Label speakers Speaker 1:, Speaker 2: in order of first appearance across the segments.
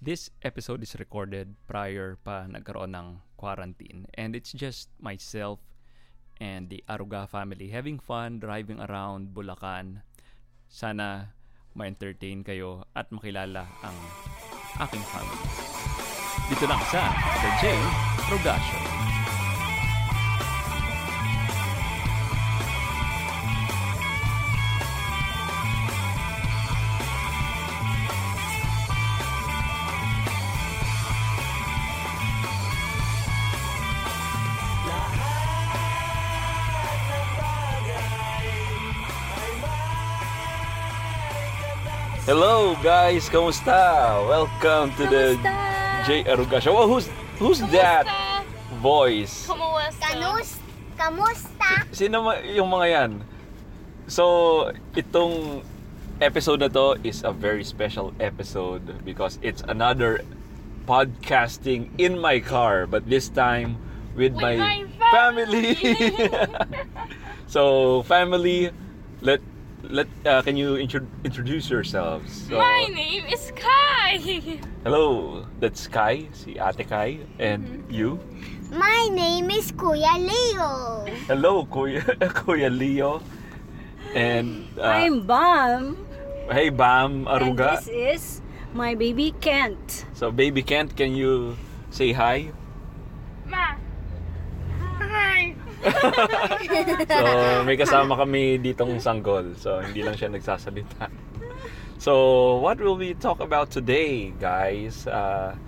Speaker 1: This episode is recorded prior pa nagkaroon ng quarantine and it's just myself and the Aruga family having fun driving around Bulacan. Sana ma-entertain kayo at makilala ang aking family. Dito lang sa The J. Aruga Show.
Speaker 2: Hello guys, kamusta? Welcome to the J Aruga Show. Oh, who's who's that voice?
Speaker 3: Kumusta?
Speaker 4: Kanus, kamusta?
Speaker 2: Sino ma- yung mga yan? So, itong episode na to is a very special episode because it's another podcasting in my car, but this time with,
Speaker 3: With
Speaker 2: my,
Speaker 3: my
Speaker 2: family.
Speaker 3: family.
Speaker 2: so, family, let let uh, can you intro- introduce yourselves? So,
Speaker 3: My name is Kai.
Speaker 2: Hello, that's Kai, si Ate Kai, and
Speaker 3: Mm-hmm.
Speaker 2: you.
Speaker 4: My name is Kuya Leo.
Speaker 2: Hello, Kuya, Kuya Leo, and uh,
Speaker 5: I'm Bam.
Speaker 2: hey Bam Aruga.
Speaker 5: And this is my baby Kent.
Speaker 2: So baby Kent, can you say hi?
Speaker 3: Ma. Hi.
Speaker 2: So may kasama kami ditong sanggol, so hindi lang siya nagsasalita. So what will we talk about today, guys? Uh,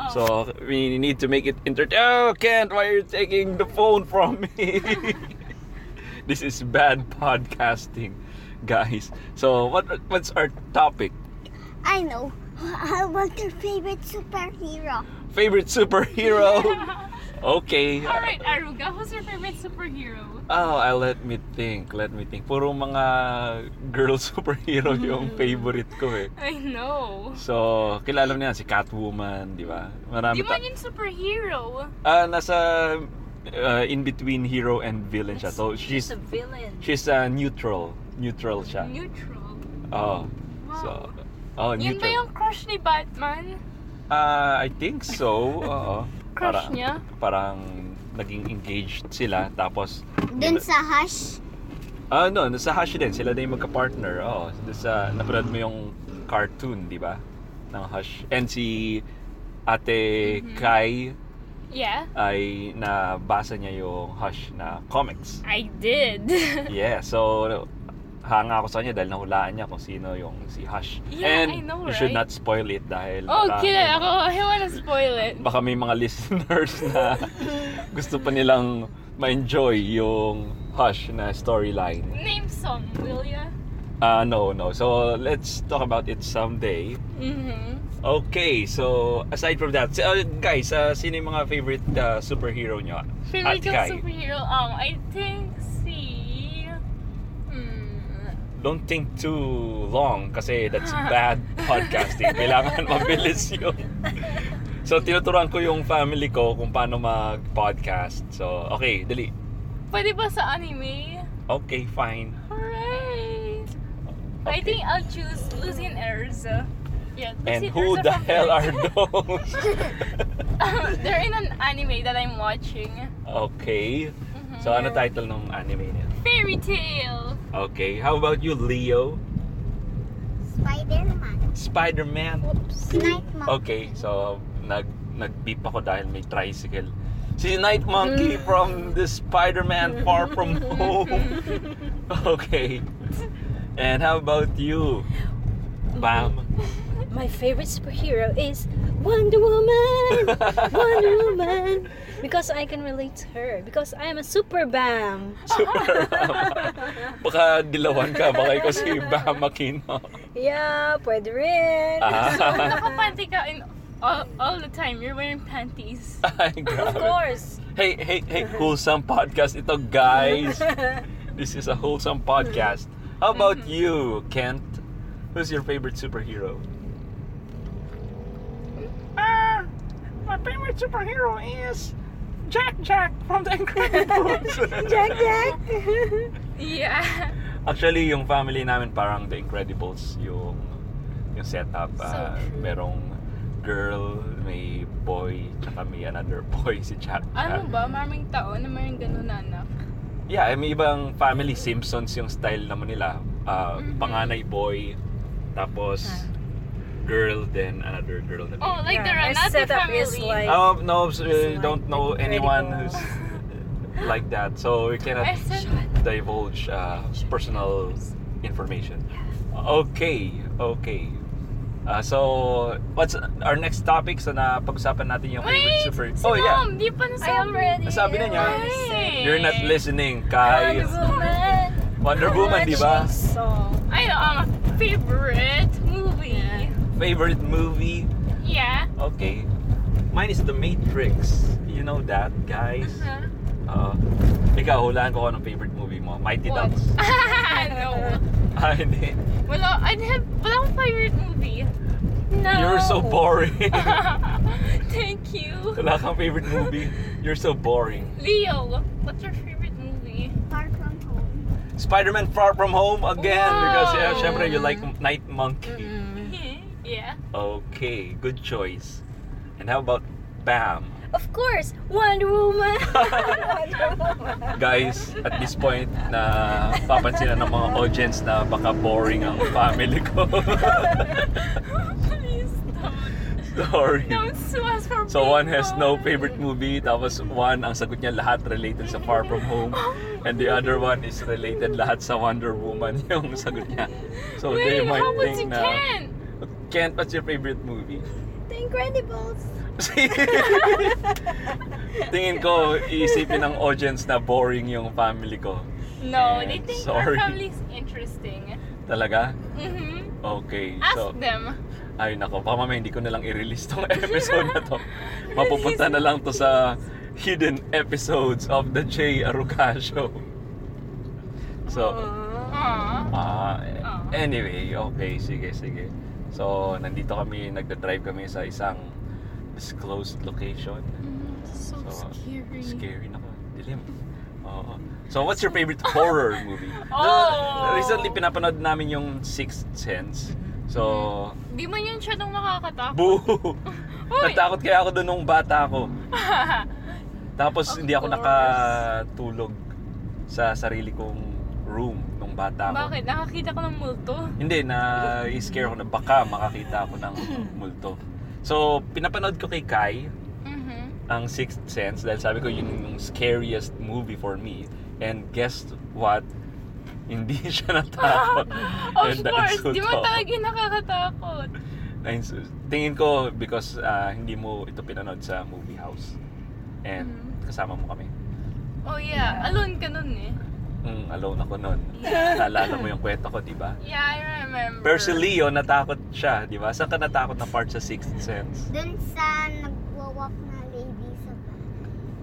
Speaker 3: Oh.
Speaker 2: So we need to make it entertaining. Oh, Kent, why are you taking the phone from me? this is bad podcasting, guys. So what what's our topic?
Speaker 4: I know. I want your favorite superhero.
Speaker 2: Favorite superhero? Okay.
Speaker 3: Alright, Aruga, who's your favorite superhero?
Speaker 2: Oh, I let me think. Let me think. Puro mga girl superhero
Speaker 3: Mm.
Speaker 2: yung favorite ko eh.
Speaker 3: I know.
Speaker 2: So, kilala mo na yan, si Catwoman, di ba? Marami
Speaker 3: Di
Speaker 2: ta-
Speaker 3: man yun superhero.
Speaker 2: Ah, nasa uh, in between hero and villain siya. So, she's
Speaker 5: a villain.
Speaker 2: she's uh, neutral. Neutral siya.
Speaker 3: Neutral.
Speaker 2: Oh.
Speaker 3: Wow.
Speaker 2: So, oh,
Speaker 3: Yun ba
Speaker 2: neutral.
Speaker 3: yung crush ni Batman?
Speaker 2: Ah, I think so. Oo.
Speaker 3: Crush
Speaker 2: Parang-
Speaker 3: niya?
Speaker 2: Parang naging engaged sila tapos
Speaker 4: Dun sa hash.
Speaker 2: Ah, no, nasa Hashi din. Sila na yung magka-partner. Oo. Oh, sa, napanood mo yung cartoon, di ba? Ng Hush. And si Ate
Speaker 3: Mm-hmm.
Speaker 2: Kai
Speaker 3: Yeah,
Speaker 2: ay nabasa niya yung Hush na comics.
Speaker 3: I did.
Speaker 2: Yeah, so hanga ako sa kanya dahil nahulaan niya kung sino yung si Hush.
Speaker 3: Yeah,
Speaker 2: And
Speaker 3: I know,
Speaker 2: you should
Speaker 3: right?
Speaker 2: not spoil it dahil baka,
Speaker 3: okay, ako, Oh, I wanna spoil it.
Speaker 2: baka may mga listeners na gusto pa nilang ma-enjoy yung Hush na storyline.
Speaker 3: Name some, will ya?
Speaker 2: Uh, no, no. So let's talk about it someday.
Speaker 3: Mm-hmm.
Speaker 2: Okay, so aside from that, si- uh, guys, uh, sino yung mga favorite uh, superhero nyo?
Speaker 3: Favorite
Speaker 2: Ate
Speaker 3: kong
Speaker 2: Kai.
Speaker 3: superhero, um, I think si... Hmm,
Speaker 2: Don't think too long kasi that's bad podcasting. Kailangan mabilis yun. So, tinuturuan ko yung family ko kung paano mag-podcast. So, okay, dali.
Speaker 3: pwede ba sa anime?
Speaker 2: Okay, fine.
Speaker 3: Hooray! I
Speaker 2: Okay.
Speaker 3: think uh, I'll choose Lucian Erza. Yeah,
Speaker 2: And
Speaker 3: Lucian
Speaker 2: who
Speaker 3: Erza
Speaker 2: the
Speaker 3: from
Speaker 2: hell are
Speaker 3: Philippines.
Speaker 2: those?
Speaker 3: They're in an anime that I'm watching. Mm-hmm.
Speaker 2: okay. So,
Speaker 3: Mm.
Speaker 2: ano title ng anime niya?
Speaker 3: Fairy Tale.
Speaker 2: Okay, how about you, Leo?
Speaker 4: Spider-Man.
Speaker 2: Spider-Man.
Speaker 4: Night Monkey.
Speaker 2: Okay, so nag nag-beep ako dahil may tricycle. Si Night Monkey
Speaker 5: Mm.
Speaker 2: from the Spider-Man Far From Home. okay. And how about you? Bam.
Speaker 5: My favorite superhero is Wonder Woman. Wonder Woman. Because I can relate to her. Because I'm a super Bam.
Speaker 2: Super Baka dilawan ka, baka ikaw si Bam Aquino.
Speaker 5: Yeah, pwede rin.
Speaker 2: Ah,
Speaker 3: Nakapanty ka in all, all the time. You're wearing panties.
Speaker 2: ay,
Speaker 5: of
Speaker 2: grabe.
Speaker 5: course.
Speaker 2: Hey, hey, hey, wholesome podcast ito, guys. This is a wholesome podcast. How about
Speaker 5: Mm-hmm.
Speaker 2: you, Kent? Who's your favorite superhero? Ah, my favorite superhero is Jack Jack from The Incredibles.
Speaker 5: Jack, Jack.
Speaker 3: Yeah.
Speaker 2: Actually, yung family namin parang The Incredibles yung yung setup. Ah, merong girl, may boy, tsaka may another boy si Chaka.
Speaker 3: Ano ba? Maraming taon na mayroong ganun na anak.
Speaker 2: Yeah, eh, may ibang family Simpsons yung style naman nila. Ah,
Speaker 3: Mm-hmm.
Speaker 2: Panganay boy, tapos girl, then another girl na
Speaker 3: Ah. Oh,
Speaker 2: baby.
Speaker 3: like the
Speaker 5: Yeah, our
Speaker 3: Renate
Speaker 5: setup
Speaker 3: family.
Speaker 5: is like-
Speaker 2: Oh, no, uh,
Speaker 5: like
Speaker 2: don't know anyone who's
Speaker 5: incredible.
Speaker 2: like that. So we cannot
Speaker 3: Our setup-
Speaker 2: divulge uh, personal information. Okay, okay. Uh, so, what's our next topic? So, napag-usapan natin yung favorite super...
Speaker 3: Wait! Si
Speaker 2: oh, yeah.
Speaker 3: Mom, di pa na
Speaker 5: I already.
Speaker 2: Nasabi na niya.
Speaker 3: Ay.
Speaker 2: You're not listening, Kai.
Speaker 5: Wonder Woman.
Speaker 2: Wonder Woman, di ba?
Speaker 5: Song.
Speaker 3: I know, um, favorite movie.
Speaker 2: Favorite movie?
Speaker 3: Yeah.
Speaker 2: Okay. Mine is The Matrix. You know that, guys?
Speaker 3: Uh-huh.
Speaker 2: Uh, ikaw, hulaan ko kung anong favorite movie mo. Mighty
Speaker 3: What?
Speaker 2: Ducks.
Speaker 3: no.
Speaker 2: Ah, hindi.
Speaker 3: Wala, I have, wala akong favorite movie.
Speaker 5: No.
Speaker 2: You're so boring.
Speaker 3: Thank you.
Speaker 2: Wala kang favorite movie. You're so boring.
Speaker 3: Leo, what's your favorite movie?
Speaker 4: Far from home.
Speaker 2: Spider-Man Far From Home again because yeah,
Speaker 3: Wow.
Speaker 2: syempre you like Night Monkey.
Speaker 3: yeah.
Speaker 2: Okay, good choice. And how about Bam?
Speaker 5: Of course, Wonder Woman. Wonder Woman.
Speaker 2: Guys, at this point na papansin na ng mga audience na baka boring ang family ko.
Speaker 3: Please don't.
Speaker 2: Sorry.
Speaker 3: Don't sue us for
Speaker 2: So
Speaker 3: being
Speaker 2: one has no
Speaker 3: boring.
Speaker 2: favorite movie, tapos one, ang sagot niya lahat related sa Far From Home,
Speaker 3: Oh.
Speaker 2: and the other one is related lahat sa Wonder Woman yung sagot niya. So they
Speaker 3: Wait,
Speaker 2: might
Speaker 3: how was
Speaker 2: think na...
Speaker 3: you can?
Speaker 2: Kent, what's your favorite movie?
Speaker 4: The Incredibles.
Speaker 2: Tingin ko, iisipin ng audience na boring yung family ko.
Speaker 3: No,
Speaker 2: Yeah,
Speaker 3: they think
Speaker 2: sorry.
Speaker 3: our family is interesting.
Speaker 2: Talaga?
Speaker 3: hmm
Speaker 2: Okay.
Speaker 3: Ask
Speaker 2: So,
Speaker 3: them.
Speaker 2: ay nako, baka mamaya hindi ko na lang i-release tong episode na to. Mapupunta na lang to sa hidden episodes of the J. Aruca Show. So,
Speaker 5: Oh.
Speaker 3: Aww.
Speaker 2: Ah,
Speaker 3: Ah.
Speaker 2: anyway, okay, sige, sige. So, nandito kami, nagda-drive kami sa isang disclosed location.
Speaker 3: So, scary.
Speaker 2: Scary na dilim. Oo. So, what's your favorite horror movie?
Speaker 3: Oh!
Speaker 2: Recently, pinapanood namin yung Sixth Sense. So,
Speaker 3: Di man yun siya nung nakakatakot.
Speaker 2: boo!
Speaker 3: Uy!
Speaker 2: Natakot kaya ako doon nung bata ako. Tapos, hindi ako
Speaker 3: course.
Speaker 2: nakatulog sa sarili kong room nung bata ako.
Speaker 3: Bakit? Nakakita ko ng multo.
Speaker 2: Hindi, na-scare ko na baka makakita ako ng multo. So, pinapanood ko kay Kai
Speaker 3: Mm-hmm.
Speaker 2: ang Sixth Sense dahil sabi ko yun yung scariest movie for me. And guess what? Hindi siya natakot.
Speaker 3: Of
Speaker 2: And
Speaker 3: course,
Speaker 2: nainsulto
Speaker 3: di man
Speaker 2: ako.
Speaker 3: talaga yung nakakatakot.
Speaker 2: Nainsul- Tingin ko because ah, hindi mo ito pinanood sa movie house. And
Speaker 3: Mm-hmm.
Speaker 2: kasama mo kami.
Speaker 3: Oh yeah, alone ka nun eh.
Speaker 2: Mm, alone ako nun. Naalala mo yung kwento ko, di ba?
Speaker 3: Yeah, I remember.
Speaker 2: Pero si Leo, natakot siya, di ba? Saan ka natakot na part sa Sixth Sense?
Speaker 4: Dun sa nagwawak na lady sa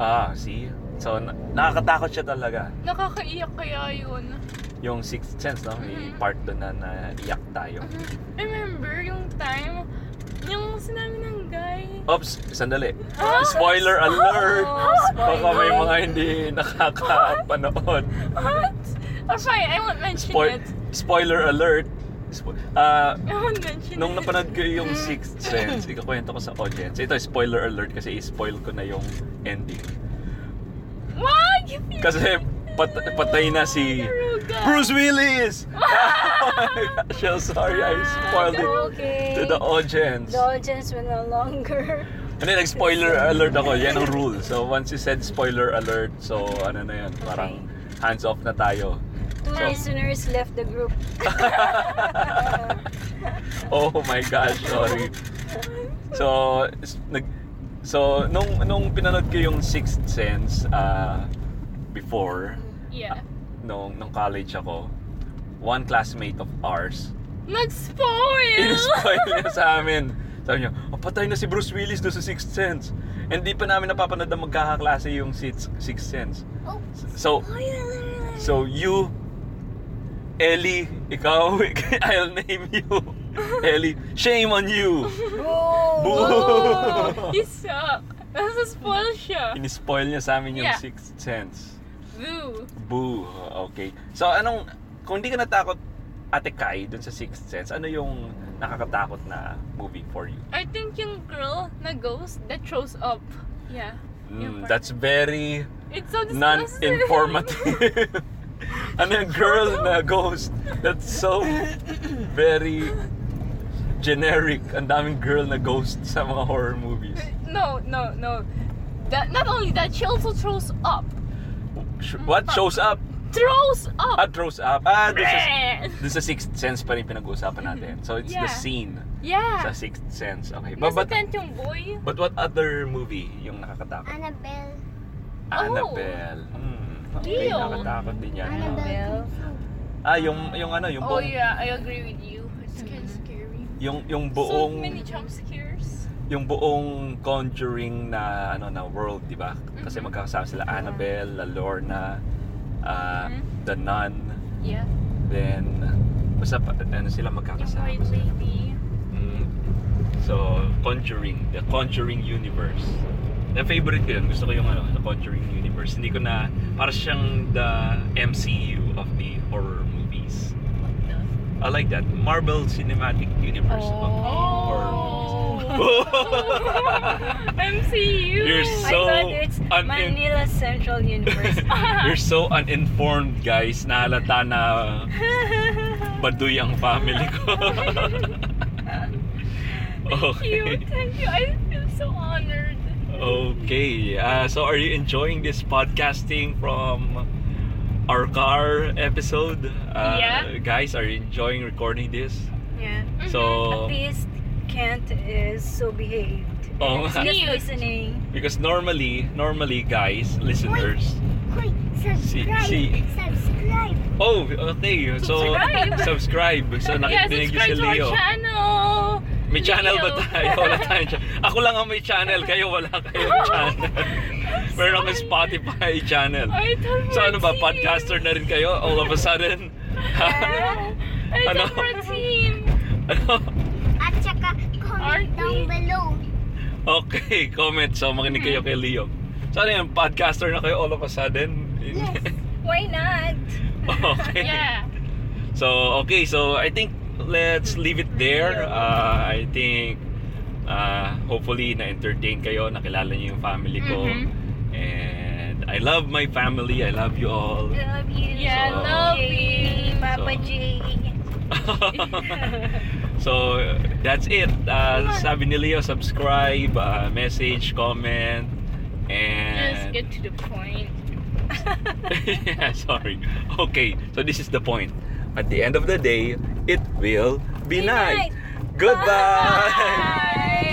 Speaker 2: Ah, see? So, na- nakakatakot siya talaga.
Speaker 3: Nakakaiyak kaya yun.
Speaker 2: Yung sixth sense, no? May
Speaker 3: Mhm.
Speaker 2: part doon na naiyak tayo.
Speaker 3: Remember yung time, yung sinabi ng guy. Oh,
Speaker 2: Oops, sandali. Ah, Spoiler alert! Baka may mga hindi nakakapanood.
Speaker 3: What? Or fine, I won't mention
Speaker 2: Spoil-
Speaker 3: it.
Speaker 2: spoiler alert! Spo- ah,
Speaker 3: I won't mention
Speaker 2: nung
Speaker 3: it.
Speaker 2: napanood ko yung Sixth Sense, ikakwento ko sa audience. Ito, spoiler alert kasi i-spoil ko na yung ending.
Speaker 3: Wag!
Speaker 2: Kasi pat- patay na si
Speaker 3: Aruga.
Speaker 2: Bruce Willis! oh my gosh, sorry, I spoiled it.
Speaker 5: Okay.
Speaker 2: to the audience.
Speaker 5: The audience will no longer.
Speaker 2: And then, nag-spoiler alert ako. Yan ang rule. So, once you said spoiler alert, so ano na yan, parang hands off na tayo.
Speaker 5: Two
Speaker 2: So-
Speaker 5: listeners left the group.
Speaker 2: oh my gosh, sorry. So, s- nag So, nung nung pinanood ko yung Sixth Sense ah, before
Speaker 3: Yeah.
Speaker 2: nung nung college ako, one classmate of ours
Speaker 3: Nag-spoil!
Speaker 2: in-spoil niya sa amin. Sabi niya, oh, patay na si Bruce Willis doon sa Sixth Sense. And di pa namin napapanood na magkakaklase yung Sixth Sixth Sense.
Speaker 4: Oh,
Speaker 2: So, so you, Ellie, ikaw, I'll name you. Ellie, shame on you.
Speaker 3: Oh,
Speaker 2: Boo!
Speaker 3: you suck. Nasa-spoil siya.
Speaker 2: In-spoil niya sa amin yung
Speaker 3: Yeah.
Speaker 2: Sixth Sense.
Speaker 3: Boo.
Speaker 2: Boo. Okay. So, anong, kung hindi ka natakot, Ate Kai, dun sa Sixth Sense, ano yung nakakatakot na movie for you?
Speaker 3: I think yung girl na ghost that shows up. Yeah.
Speaker 2: Mm, that's very
Speaker 3: It's so disgusting.
Speaker 2: non-informative. ano yung girl na ghost? That's so very generic. Ang daming girl na ghost sa mga horror movies.
Speaker 3: no, no, no. That, not only that, she also throws up.
Speaker 2: Sh- What shows up?
Speaker 3: Throws up!
Speaker 2: Ah, throws up. Ah, this is,
Speaker 3: Bleh!
Speaker 2: this is Sixth Sense pa rin pinag-uusapan natin. So it's the
Speaker 3: Yeah.
Speaker 2: scene
Speaker 3: yeah.
Speaker 2: sa Sixth Sense. Okay. But,
Speaker 3: Nasa
Speaker 2: but,
Speaker 3: tent yung boy.
Speaker 2: but what other movie yung nakakatakot?
Speaker 4: Annabelle.
Speaker 3: Oh.
Speaker 2: Annabelle. Hmm. Okay,
Speaker 3: Ew.
Speaker 2: nakakatakot din yan.
Speaker 4: Annabelle.
Speaker 2: Ah, yung, yung ano, yung
Speaker 3: Oh
Speaker 2: buong,
Speaker 3: yeah, I agree with you. It's kind of scary.
Speaker 2: yung, yung
Speaker 3: So
Speaker 2: buong,
Speaker 3: many jump scares.
Speaker 2: yung buong Conjuring na, ano, na world, di ba? Kasi magkakasama sila Annabelle, La Lorna, ah, The Nun,
Speaker 3: Yeah.
Speaker 2: then, basta pa, ano sila
Speaker 3: Yung
Speaker 2: magkakasama.
Speaker 3: white lady.
Speaker 2: Mm. So, Conjuring, The Conjuring Universe. Na favorite ko yun. Gusto ko yung ano, The Conjuring Universe. Hindi ko na, para siyang the MCU of the horror movies. I like that. Marvel Cinematic Universe of the
Speaker 3: Oh.
Speaker 2: horror movies.
Speaker 3: Oh. MCU.
Speaker 2: You're
Speaker 5: I
Speaker 2: So,
Speaker 5: thought it's
Speaker 2: an in-
Speaker 5: Manila Central University.
Speaker 2: You're so uninformed, guys. Nahalata na baduy ang family ko.
Speaker 3: Thank you. Thank you. I feel so honored.
Speaker 2: Okay, uh, so are you enjoying this podcasting from our car episode? Uh,
Speaker 3: Yeah. Mm-hmm.
Speaker 2: Guys, are you enjoying recording this?
Speaker 5: yeah. At
Speaker 2: So,
Speaker 5: least Kent is so behaved.
Speaker 2: oh,
Speaker 5: He's
Speaker 3: Cute.
Speaker 5: just listening.
Speaker 2: because normally, normally, guys, listeners.
Speaker 4: Quick, subscribe.
Speaker 2: si-
Speaker 4: Subscribe.
Speaker 2: Oh, okay. So,
Speaker 3: Subscribe.
Speaker 2: subscribe. So,
Speaker 3: yeah,
Speaker 2: nakikinig niyo si
Speaker 3: subscribe to our
Speaker 2: Leo.
Speaker 3: channel.
Speaker 2: May channel ba
Speaker 3: Leo.
Speaker 2: tayo? Wala tayong channel. Ako lang ang may channel. Kayo, wala kayong channel. Meron akong Spotify channel.
Speaker 3: I told
Speaker 2: So, ano ba?
Speaker 3: Francine.
Speaker 2: Podcaster na rin kayo? All of a sudden?
Speaker 3: I
Speaker 2: Ano?
Speaker 3: told Francine.
Speaker 2: ano?
Speaker 4: At saka comment
Speaker 3: Aren't
Speaker 4: down
Speaker 3: we?
Speaker 4: below.
Speaker 2: Okay, comment. So, makinig kayo kay Leo. So, ano yan? Podcaster na kayo all of a sudden?
Speaker 4: Yes.
Speaker 5: Why not?
Speaker 2: okay.
Speaker 3: Yeah.
Speaker 2: So, okay. So, I think let's leave it there. Uh, I think uh, hopefully na-entertain kayo, nakilala niyo yung family ko.
Speaker 3: Mhm.
Speaker 2: And I love my family. I love you all.
Speaker 5: Love you.
Speaker 3: Yeah,
Speaker 5: Papa
Speaker 2: love
Speaker 5: J,
Speaker 3: you.
Speaker 2: So-
Speaker 5: Papa J.
Speaker 2: so, that's it. Uh, sabi ni Leo, subscribe, uh, message, comment,
Speaker 3: Just
Speaker 2: and...
Speaker 3: get to the point.
Speaker 2: yeah, sorry. Okay, so this is the point. At the end of the day, it will be, night. Goodbye.
Speaker 5: Bye.